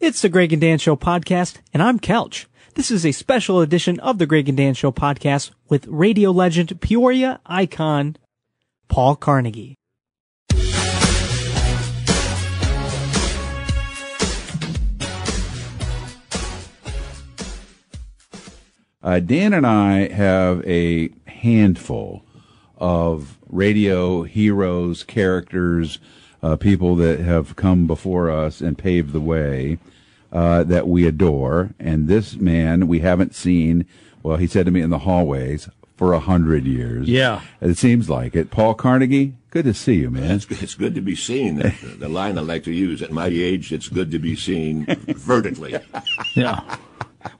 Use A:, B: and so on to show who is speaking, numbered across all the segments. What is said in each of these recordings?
A: It's the Greg and Dan Show podcast, and I'm Couch. This is a special edition of the Greg and Dan Show podcast with radio legend Peoria icon Paul Carnegie.
B: Uh, Dan and I have a handful of radio heroes, characters, uh, people that have come before us and paved the way uh, that we adore. And this man we haven't seen, well, he said to me in the hallways, for a hundred years.
C: Yeah.
B: It seems like it. Paul Carnegie, good to see you, man.
D: It's, good- it's good to be seen. That's the, the line I like to use. At my age, it's good to be seen vertically.
C: Yeah.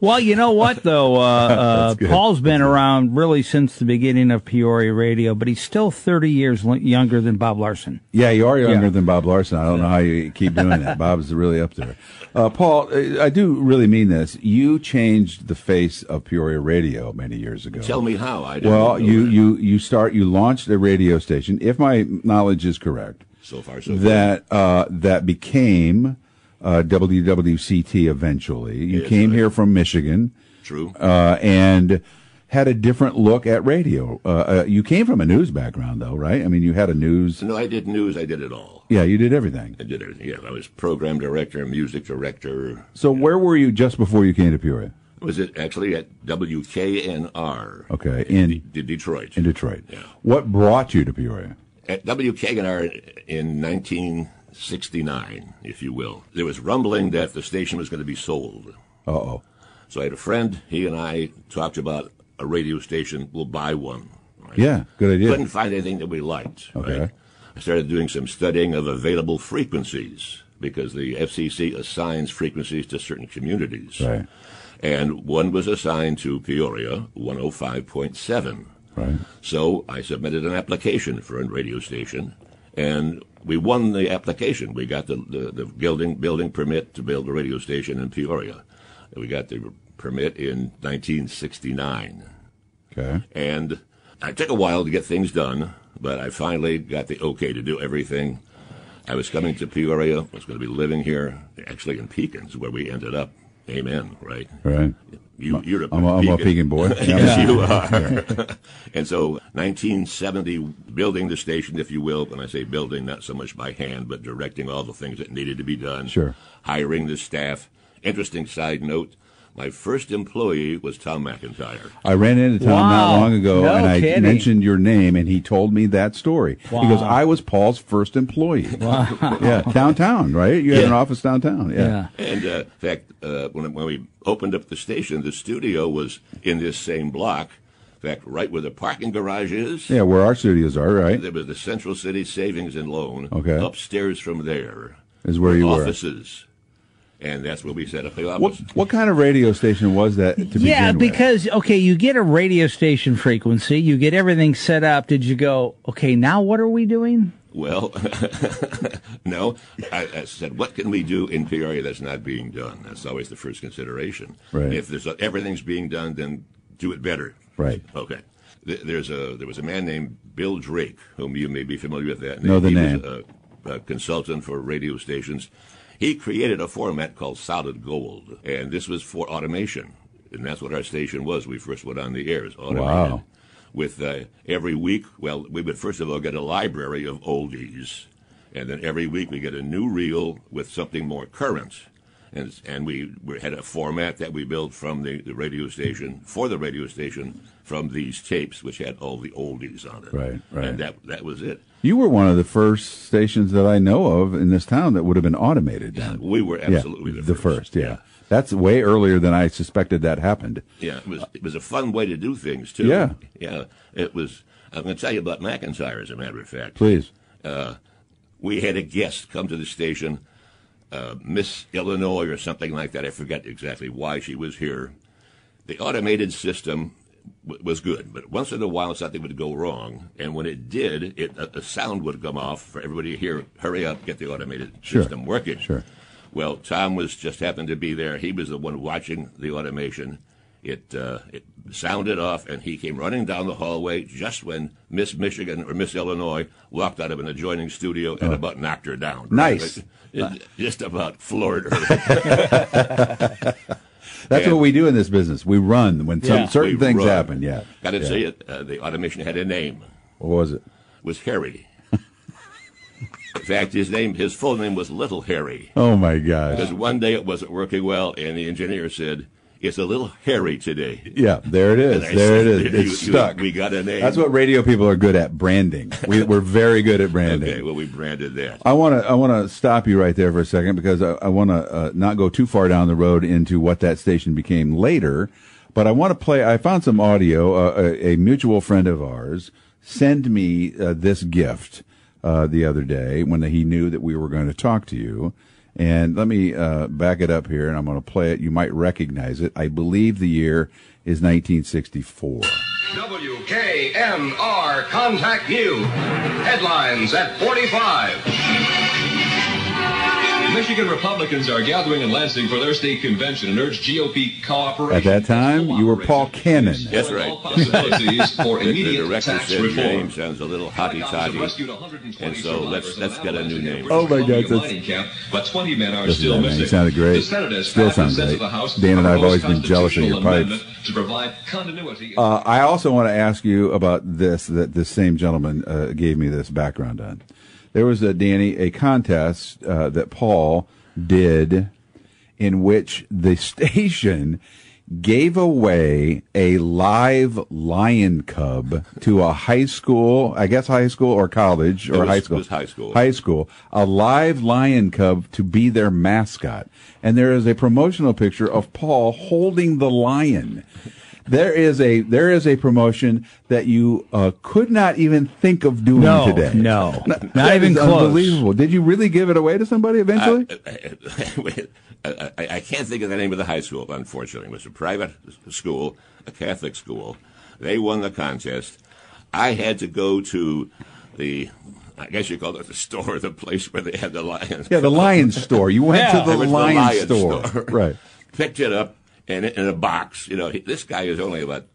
C: Well, you know what though, uh, uh,
B: good.
C: Paul's been around really since the beginning of Peoria Radio, but he's still 30 years l- younger than Bob Larson.
B: Yeah, you are younger
C: Yeah.
B: than Bob Larson. I don't know how you keep doing that. Bob's really up there. Uh, Paul, uh, I do really mean this. You changed the face of Peoria Radio many years ago.
D: Tell me how. I don't know
B: well, you,
D: that.
B: you, you start, you launched a radio station, if my knowledge is correct,
D: so far so good.
B: that, uh, that became, uh, WWCT eventually. You
D: Yes,
B: came
D: right.
B: here from Michigan,
D: True.
B: uh, and had a different look at radio. Uh, uh, you came from a news background though, right? I mean, you had a news.
D: no, I did news. I did it all.
B: Yeah, you did everything.
D: I did everything. Yeah, I was program director, music director.
B: So where were you just before you came to Peoria?
D: Was it actually at WKNR?
B: Okay,
D: in,
B: in-
D: De- Detroit.
B: In Detroit. What brought you to Peoria?
D: at WKNR in 1969, if you will. There was rumbling that the station was going to be sold.
B: Uh oh.
D: So I had a friend. He and I talked about a radio station. We'll buy one. Right?
B: Yeah, good idea.
D: couldn't find anything that we liked.
B: Okay.
D: right? I started doing some studying of available frequencies because the FCC assigns frequencies to certain communities.
B: Right.
D: And one was assigned to Peoria 105.7.
B: Right.
D: So I submitted an application for a radio station, and we won the application. We got the, the, the building, building permit to build a radio station in Peoria. We got the permit in 1969.
B: Okay.
D: And I took a while to get things done, but I finally got the okay to do everything. I was coming to Peoria, was going to be living here, actually in Pekins, where we ended up. Amen, right?
B: Right.
D: You, you're a,
B: I'm a, I'm a Pekin boy.
D: Yes, you are. and so 1970, building the station, if you will. When I say building, not so much by hand, but directing all the things that needed to be done.
B: Sure.
D: Hiring the staff. Interesting side note. My first employee was Tom McIntyre.
B: I ran into Tom not
C: Wow.
B: long ago,
C: No
B: and I
C: kidding.
B: mentioned your name, and he told me that story because I was Paul's first employee. yeah, downtown, right? You had an
D: Yeah.
B: office downtown. Yeah.
D: And uh, in fact, uh, when, when we opened up the station, the studio was in this same block. In fact, right where the parking garage is,
B: Yeah, where our studios are, right?
D: there was the Central City Savings and Loan.
B: Okay.
D: Upstairs from there
B: Is where you were.
D: offices, and that's where we set up the
B: What
D: office.
B: what kind of radio station was that to begin
C: Yeah,
B: with?
C: because okay, you get a radio station frequency, you get everything set up. Did you go, okay, now what are we doing?
D: Well, no, I, I said, what can we do in Peoria that's not being done? That's always the first consideration.
B: Right.
D: If there's a, everything's being done, then do it better.
B: Right.
D: Okay. Th- There's a there was a man named Bill Drake, whom you may be familiar with. That name.
B: Know the
D: he
B: name.
D: Was a, a consultant for radio stations. He created a format called solid gold, and this was for automation, and that's what our station was. We first went on the air as automated
B: Wow.
D: with uh, every week. Well, we would first of all get a library of oldies, and then every week we get a new reel with something more current. And, and we, we had a format that we built from the, the radio station, for the radio station, from these tapes, which had all the oldies on it.
B: Right, right.
D: And that, that was it.
B: you were one of the first stations that I know of in this town that would have been automated. Then.
D: We were absolutely
B: yeah,
D: the,
B: yeah. that's way earlier than I suspected that happened.
D: Yeah, it was it was a fun way to do things too.
B: Yeah.
D: yeah. It was. I'm going to tell you about McIntyre, as a matter of fact.
B: Please,
D: we had a guest come to the station, uh, Miss Illinois or something like that. I forget exactly why she was here. The automated system w- was good, but once in a while something would go wrong, and when it did, it a, a sound would come off for everybody to hear. Hurry up, get the automated
B: Sure.
D: system working.
B: Sure.
D: Well, Tom was just happened to be there. He was the one watching the automation. It uh, it sounded off, and he came running down the hallway just when Miss Michigan or Miss Illinois walked out of an adjoining studio and about knocked her down.
B: Oh. Nice.
D: It- it just about floored her.
B: That's
D: Yeah.
B: what we do in this business. We run when some,
C: Yeah.
B: certain
D: We
B: things
D: run.
B: happen. Yeah.
D: Got to
B: yeah.
D: say it. Uh, the automation had a name.
B: What was it?
D: It was Harry. In fact, his name, his full name was Little Harry.
B: Oh my gosh.
D: Because one day it wasn't working well, and the engineer said, "It's a little hairy today."
B: Yeah, there it is.
D: And I
B: There it
D: said,
B: is.
D: "You-
B: It's
D: you-
B: stuck.
D: we got a name.
B: That's what radio people are good at branding. We, we're very good at branding.
D: Okay, well, we branded that.
B: I want to I want to stop you right there for a second because I, I want to uh, not go too far down the road into what that station became later, but I want to play. I found some audio. Uh, a, a mutual friend of ours sent me uh, this gift uh, the other day when he knew that we were going to talk to you. And let me uh, back it up here, and I'm going to play it. You might recognize it. I believe the year is 1964.
E: WKNR Contact View. Headlines at 45.
F: Michigan Republicans are gathering in Lansing for their state convention and urge GOP cooperation.
B: At that time, you were Paul Cannon.
D: That's right.
F: All possibilities for
D: The, the
F: immediate
D: director
F: tax
D: said
F: reform.
D: James sounds a little hotty totty.
F: Rescued 120
D: And so let's-
F: survivors
D: let's
F: of
D: get a new
F: Appalachian
D: name.
F: British
B: Oh my God,
F: Columbia
B: that's-
F: mining camp, but 20 men
B: Listen
F: are
B: to
F: still
B: that, man.
F: missing.
B: You sounded great.
F: The Senate has
B: Still
F: passed
B: sounds
F: consent
B: great.
F: of the House
B: Dan and I have
F: proposed
B: always been jealous of your
F: constitutional
B: pipes.
F: amendment To provide continuity.
B: Uh, I also want to ask you about this that this same gentleman uh, gave me this background on. There was a Danny a contest uh, that Paul did in which the station gave away a live lion cub to a high school, I guess high school or college or
D: was-
B: high school.
D: it was high school.
B: High school, a live lion cub to be their mascot. And there is a promotional picture of Paul holding the lion. There is a there is a promotion that you uh, could not even think of doing
C: No,
B: today.
C: no. Not
B: That
C: even
B: is
C: close.
B: Unbelievable. Did you really give it away to somebody eventually?
D: I, I, I can't think of the name of the high school, unfortunately. It was a private school, a Catholic school. They won the contest. I had to go to the, I guess you call it the store, the place where they had the lions.
B: Yeah, the lion store. You went
C: Yeah.
B: to the
D: It was
B: lion,
D: lion
B: store. right.
D: Picked it up and it- in a box. You know, he- this guy is only about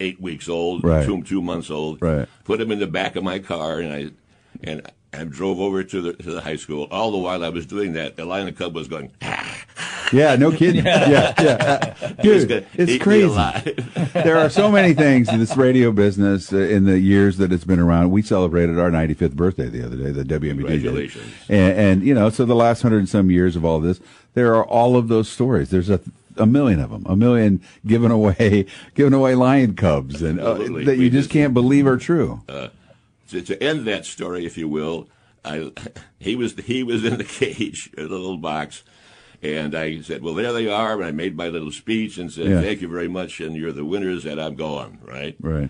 D: eight weeks old,
B: Right.
D: two two months old.
B: Right.
D: Put him in the back of my car and I and I drove over to the to the high school. All the while I was doing that, the lion cub was going. "Ah,
B: Yeah, no kidding. yeah, yeah. Uh, Dude,
D: gonna
B: it's
D: eat me
B: crazy.
D: alive.
B: there are so many things in this radio business uh, in the years that it's been around. We celebrated our 95th birthday the other day, the WMBD. did.
D: Congratulations.
B: And, and, you know, so the last hundred and some years of all this, there are all of those stories. There's a, a million of them, a million giving away, giving away lion cubs and uh,
D: Absolutely.
B: that you
D: We
B: just
D: just- Uh,
B: can't believe are true.
D: to, to end that story, if you will, I, he was he was in the cage, in the little box, and I said, "Well, there they are." And I made my little speech and said,
B: Yeah.
D: "Thank you very much, and you're the winners." And I'm gone, right?
B: right.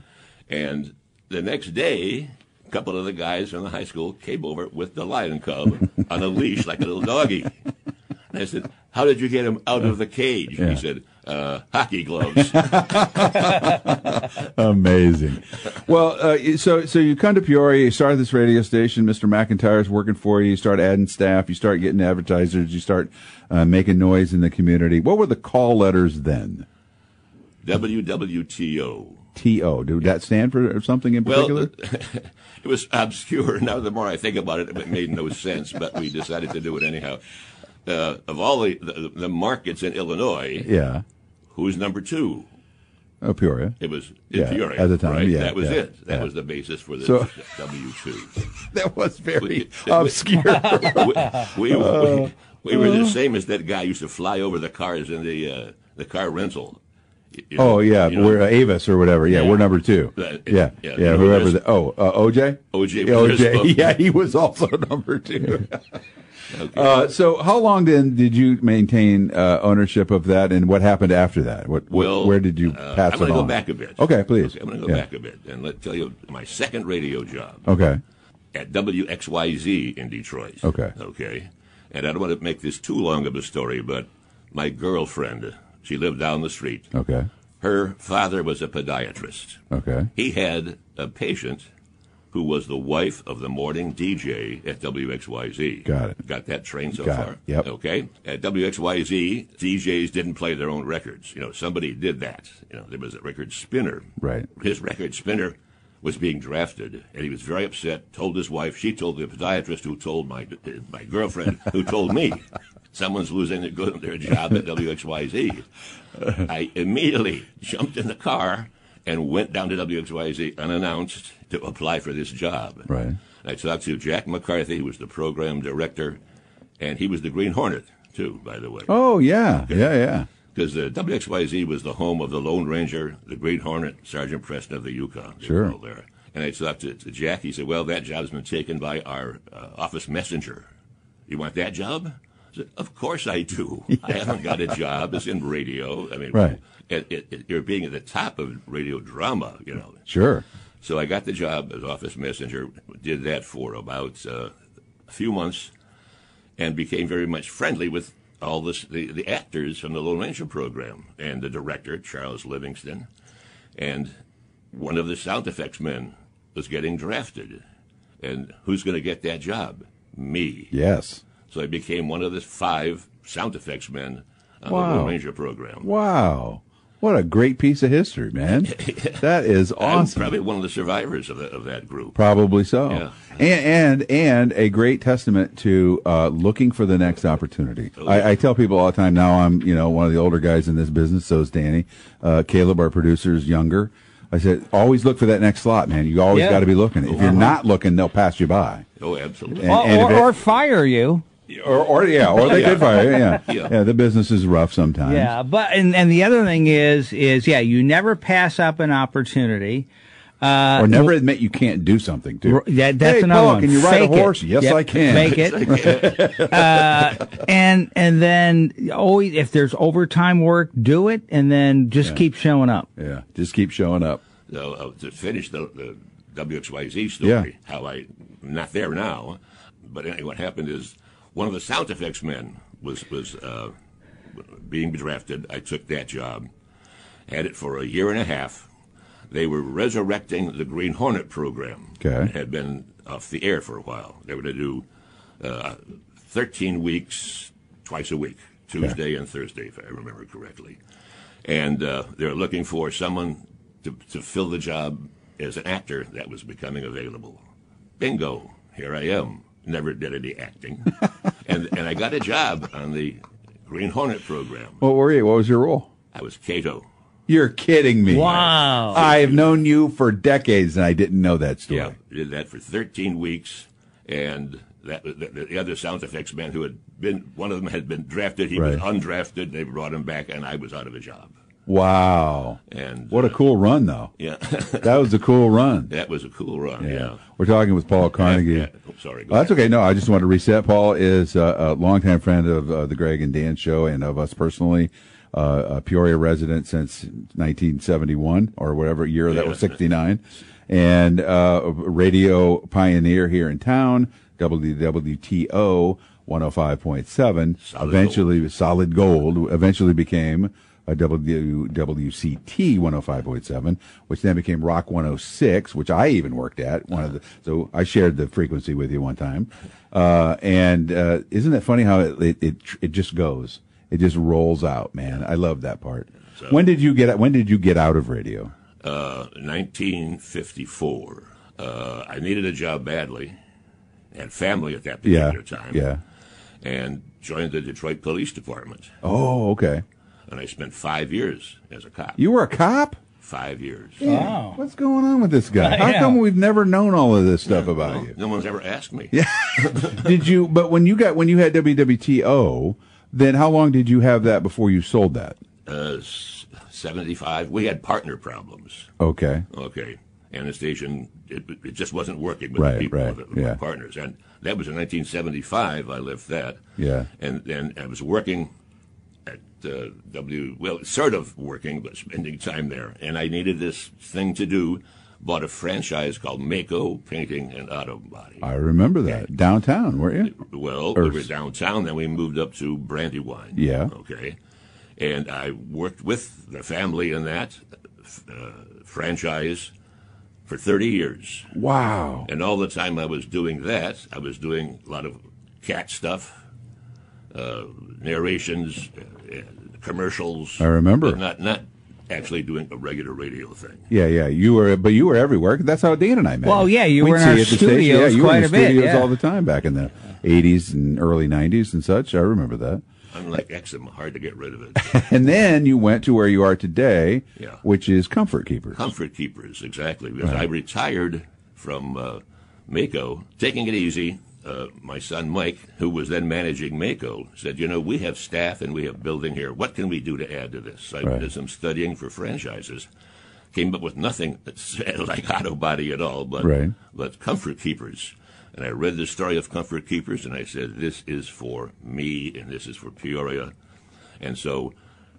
D: And the next day, a couple of the guys from the high school came over with the lion cub on a leash like a little doggy. And I said, "How did you get him out of the cage?"
B: Yeah.
D: He said, uh, "Hockey gloves."
B: Amazing. Well, uh, so so you come to Peoria, you start this radio station. Mr. McIntyre's working for you. You start adding staff. You start getting advertisers. You start uh, making noise in the community. What were the call letters then?
D: WWTO.
B: T O. Did that stand for something in
D: Well,
B: particular?
D: it was obscure. Now, the more I think about it, it made no sense, but we decided to do it anyhow. Uh, of all the, the, the markets in Illinois,
B: yeah.
D: who's number two?
B: Oh, Peoria.
D: It was
B: Yeah,
D: Peoria.
B: at the time,
D: right?
B: yeah,
D: that was
B: yeah,
D: it. That
B: yeah.
D: was the basis for the
B: So-
D: W two.
B: That was very
D: We-
B: obscure.
D: We, we,
B: Uh,
D: we, we were the same as that guy used to fly over the cars in the uh, the car rental. You- you know-
B: oh yeah,
D: you know,
B: we're uh, Avis or whatever. Yeah, we're number two.
D: That-
B: yeah, yeah.
D: yeah, you know,
B: whoever.
D: there's-
B: The, oh, uh, OJ.
D: O.J.
B: Yeah, OJ.
D: Briscoe.
B: Yeah, he was also number two. Uh, so, how long then did you maintain uh, ownership of that, and what happened after that? What, what-
D: Well,
B: where did you
D: uh,
B: pass
D: I'm
B: it
D: gonna
B: on?
D: go back a bit.
B: Okay, please.
D: I'm going to go
B: Yeah.
D: back a bit and let tell you my second radio job
B: Okay,
D: at WXYZ in Detroit.
B: Okay.
D: Okay. And I don't want to make this too long of a story, but my girlfriend, she lived down the street.
B: okay,
D: Her father was a podiatrist.
B: okay.
D: He had a patient who was the wife of the morning DJ at WXYZ.
B: Got it.
D: Got that train so
B: Got
D: far.
B: it. Yep.
D: Okay. At WXYZ, DJs didn't play their own records. You know, somebody did that. You know, there was a record spinner.
B: Right.
D: His record spinner was being drafted, and he was very upset. Told his wife. She told the podiatrist, who told my my girlfriend, who told me. Someone's losing their, good- their job at WXYZ. I immediately jumped in the car and went down to WXYZ unannounced to apply for this job.
B: Right.
D: I talked to Jack McCarthy, who was the program director, and he was the Green Hornet, too, by the way.
B: Oh yeah, yeah, yeah.
D: Because the WXYZ was the home of the Lone Ranger, the Green Hornet, Sergeant Preston of the Yukon. They were
B: Sure.
D: all There. And I talked to, to Jack. He said, Well, that job's been taken by our uh, office messenger. You want that job? I said, Of course I do. I haven't got a job. It's in radio. I mean,
B: Right.
D: it, it, it, you're being at the top of radio drama, you know.
B: Sure.
D: So I got the job as office messenger, did that for about uh, a few months, and became very much friendly with all this, the, the actors from the Lone Ranger program and the director, Charles Livingston. And one of the sound effects men was getting drafted. And who's going to get that job? Me.
B: Yes.
D: So I became one of the five sound effects men on the
B: Wow.
D: Lone Ranger program.
B: Wow. What a great piece of history, man. That is
D: I'm
B: awesome.
D: probably one of the survivors of, the, of that group.
B: Probably so.
D: Yeah.
B: And, and and a great testament to uh, looking for the next opportunity. I, I tell people all the time now I'm you know one of the older guys in this business. So is Danny, uh, Caleb, our producer is younger. I said always look for that next slot, man. You always
C: Yeah.
B: got to be looking. If you're not looking, they'll pass you by.
D: Oh, absolutely.
B: And- and
C: or,
B: if it-
C: or fire you.
B: Or, or yeah, or they
D: Yeah.
B: did fire. you, Yeah.
D: Yeah.
B: yeah, The business is rough sometimes.
C: Yeah, but and and the other thing is is yeah, you never pass up an opportunity.
B: or never admit you can't do something too.
C: R- Yeah, that's
B: hey,
C: another
B: Paul,
C: one.
B: Can you ride
C: Fake
B: a
C: it.
B: horse? Yes,
C: Yep,
B: I can.
C: Fake it, uh, and and then always if there's overtime work, do it, and then just keep showing up.
B: Yeah, just keep showing up.
D: So uh, to finish the, the WXYZ story,
B: Yeah.
D: how I I'm not there now, but anyway, what happened is one of the sound effects men was was uh, being drafted. I took that job, had it for a year and a half. They were resurrecting the Green Hornet program.
B: Okay.
D: It had been off the air for a while. They were going to do uh, 13 weeks, twice a week, Tuesday and Thursday, if I remember correctly and uh, they're looking for someone to, to fill the job as an actor that was becoming available. Bingo, here I am. Never did any acting, and and I got a job on the Green Hornet program.
B: What were you? What was your role?
D: I was Cato.
B: You're kidding me.
C: Wow.
B: I've known you for decades and I didn't know that story.
D: Yeah, did that for 13 weeks, and that was- the, the other sound effects man who had been one of them had been drafted. He was
B: Right.
D: undrafted. They brought him back, and I was out of a job.
B: Wow.
D: And
B: What a cool run though.
D: yeah,
B: That was a cool run.
D: that was a cool run. Yeah,
B: We're talking with Paul Carnegie.
D: Yeah, yeah. Oh, sorry. go
B: Well, that's
D: ahead.
B: okay. No, I just want to reset. Paul is uh, a longtime friend of uh, the Greg and Dan show and of us personally. Uh, a Peoria resident since 1971 or whatever year that
D: Yeah.
B: was, 69, and uh, a radio pioneer here in town, WWTO 105.7.
D: Solid
B: eventually, solid gold. Eventually became a WWCT 105.7, which then became Rock 106, which I even worked at. One of the so I shared the frequency with you one time. Uh, and uh, isn't it funny how it it, it it just goes? It just rolls out, man. I love that part. when did you get when did you get out of radio?
D: Uh, 1954. Uh, I needed a job badly, and family at that
B: Yeah.
D: particular time.
B: Yeah.
D: And joined the Detroit Police Department,
B: Oh, okay.
D: and I spent five years as a cop.
B: You were a cop?
D: five years.
B: Wow. What's going on with this guy? How come we've never known all of this stuff about you?
D: No one's ever asked me. Yeah.
B: did you but when you got when you had WWTO, then how long did you have that before you sold that?
D: Uh, s- 75. We had partner problems.
B: Okay.
D: Okay. And the station, it, it just wasn't working with
B: Right,
D: the people,
B: right,
D: with the, with
B: yeah.
D: my partners. And that was in 1975. I left that.
B: Yeah.
D: And then I was working at uh, W, well, sort of working, but spending time there. And I needed this thing to do. Bought a franchise called Mako Painting and Auto Body.
B: I remember that. Downtown, weren't you?
D: Well,
B: Or-
D: we were downtown, then we moved up to Brandywine.
B: Yeah.
D: Okay. And I worked with the family in that uh, franchise for 30 years.
B: Wow.
D: And all the time I was doing that, I was doing a lot of cat stuff, uh, narrations, uh, uh, commercials.
B: I remember.
D: But not not actually doing a regular radio thing.
B: Yeah, yeah. You were, but you were everywhere. That's how Dan and I met.
C: Well, yeah, you were in
B: see
C: our
B: you at the station.
C: studios
B: Yeah, you were in
C: quite
B: the
C: a bit,
B: studios
C: yeah.
B: all the time back in the '80s and early '90s and such. I remember that.
D: Unlike Exum, hard to get rid of it.
B: And then you went to where you are today,
D: Yeah.
B: which is Comfort Keepers.
D: Comfort Keepers, exactly. Because I retired from uh, Mako, taking it easy. Uh, my son Mike, who was then managing Mako, said, "You know, we have staff and we have building here. What can we do to add to this?" I
B: Right.
D: did some studying for franchises, came up with nothing that sounded like Auto Body at all, but
B: Right.
D: but Comfort Keepers. And I read the story of Comfort Keepers, and I said, "This is for me, and this is for Peoria." And so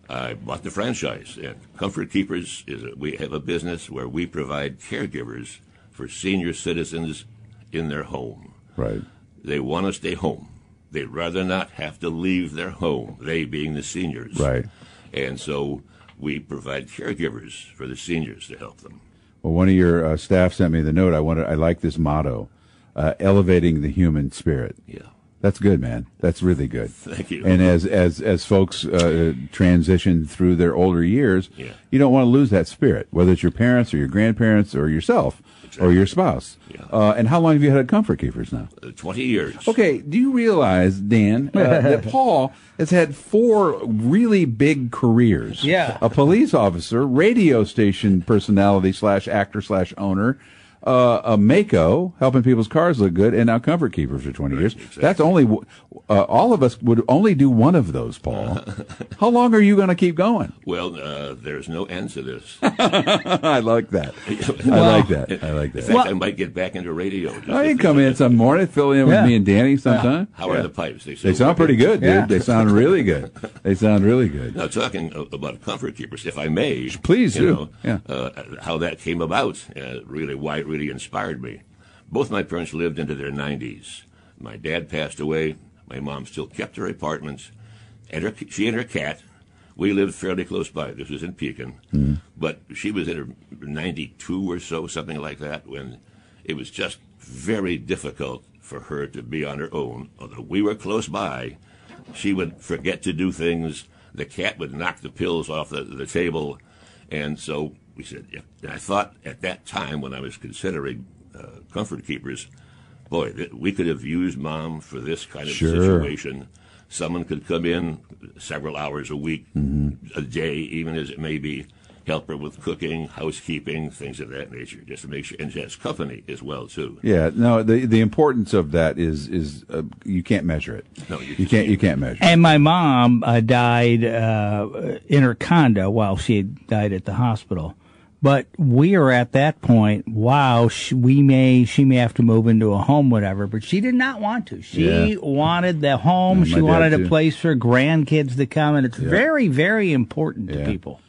D: I bought the franchise. And Comfort Keepers is a, we have a business where we provide caregivers for senior citizens in their home.
B: Right.
D: They want to stay home. They'd rather not have to leave their home, they being the seniors.
B: Right.
D: And so we provide caregivers for the seniors to help them.
B: Well, one of your uh, staff sent me the note. I wanted. I like this motto, uh, elevating the human spirit.
D: Yeah.
B: That's good, man. That's really good.
D: Thank you.
B: And as as as folks uh, transition through their older years,
D: Yeah.
B: you don't want to lose that spirit, whether it's your parents or your grandparents or yourself or your spouse.
D: Yeah.
B: Uh, and how long have you had Comfort Keepers now?
D: Uh, 20 years.
B: Okay, do you realize, Dan, uh, that Paul has had four really big careers?
C: Yeah.
B: a police officer, radio station personality slash actor slash owner, uh, a Mako helping people's cars look good, and now Comfort Keeper for twenty years. That's only w- uh, all of us would only do one of those, Paul. How long are you going to keep going?
D: Well, uh, there's no end to this.
B: I like that. I like that. I like
D: In
B: that.
D: fact, I might get back into radio. Just
B: I
D: if-
B: can come in some morning, fill in with
C: Yeah.
B: me and Danny sometime.
D: How are the pipes?
B: They
D: still
B: sound pretty
D: working?
B: good, dude.
C: Yeah.
B: They sound really good. They sound really good.
D: Now, talking a- about comfort keepers, if I may,
B: Please
D: you
B: do.
D: know,
B: Yeah.
D: uh, how that came about, uh, really why it really inspired me. Both my parents lived into their 90s. My dad passed away. My mom still kept her apartments, and her she and her cat. We lived fairly close by. This was in Pekin, but she was in her 92 or so, something like that, when it was just very difficult for her to be on her own. Although we were close by, she would forget to do things. The cat would knock the pills off the, the table. And so we said, yeah. and I thought at that time when I was considering uh, Comfort Keepers, boy, th- we could have used mom for this kind of
B: Sure.
D: situation. Someone could come in several hours a week,
B: Mm-hmm.
D: a day, even as it may be, help her with cooking, housekeeping, things of that nature, just to make sure. And she has company as well, too.
B: Yeah, no. The the importance of that is is uh, you can't measure it.
D: No, you
B: you can't. You can't measure. it.
C: And my mom uh, died uh, in her condo while she had died at the hospital. But we are at that point. Wow, sh we may she may have to move into a home, whatever. But she did not want to. She
B: Yeah.
C: wanted the home.
B: And my
C: she
B: dad
C: wanted
B: too.
C: a place for grandkids to come, and it's very, very important
B: Yeah.
C: to people.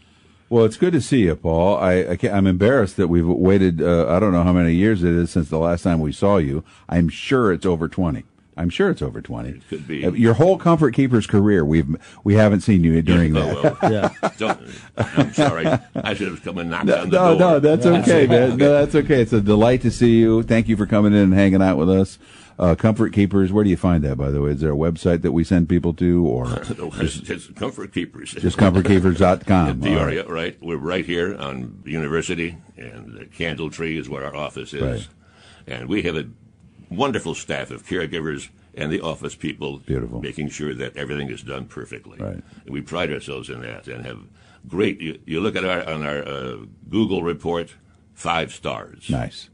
B: Well, it's good to see you, Paul. I, I can't, I'm embarrassed that we've waited. Uh, I don't know how many years it is since the last time we saw you. I'm sure it's over twenty. I'm sure it's over twenty. It
D: could be.
B: your whole Comfort Keepers career. We've we haven't seen you during that.
D: Oh, well, Don't, I'm sorry. I should have come and knocked on the
B: no,
D: door.
B: no, that's okay, man. No, that's okay. It's a delight to see you. Thank you for coming in and hanging out with us. Uh, Comfort Keepers, where do you find that, by the way? Is there a website that we send people to or
D: It's, it's comfort keepers.
B: just comfortkeepers.com?
D: the
B: All
D: area, right? We're right here on University, and the Candle Tree is where our office is,
B: Right.
D: and we have a wonderful staff of caregivers and the office people,
B: Beautiful.
D: making sure that everything is done perfectly.
B: Right.
D: And we pride ourselves in that, and have great. You, you look at our on our uh, Google report, five stars.
B: Nice.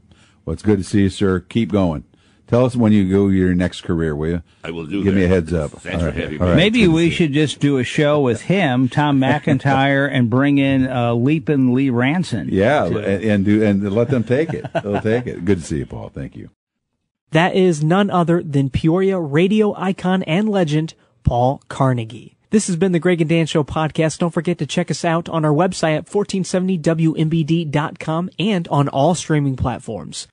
B: Well, it's good to see you, sir. Keep going. Tell us when you go your next career, will you?
D: I will do
B: Give me
D: that.
B: a heads up.
D: Thanks
B: All
D: for having
B: All
D: me.
C: Maybe we should just do a show with him, Tom McIntyre, and bring in uh, Leapin' Lee Ranson.
B: Yeah, and, and do and let them take it. They'll take it. Good to see you, Paul. Thank you.
A: That is none other than Peoria radio icon and legend, Paul Carnegie. This has been the Greg and Dan Show podcast. Don't forget to check us out on our website at 1470WMBD.com and on all streaming platforms.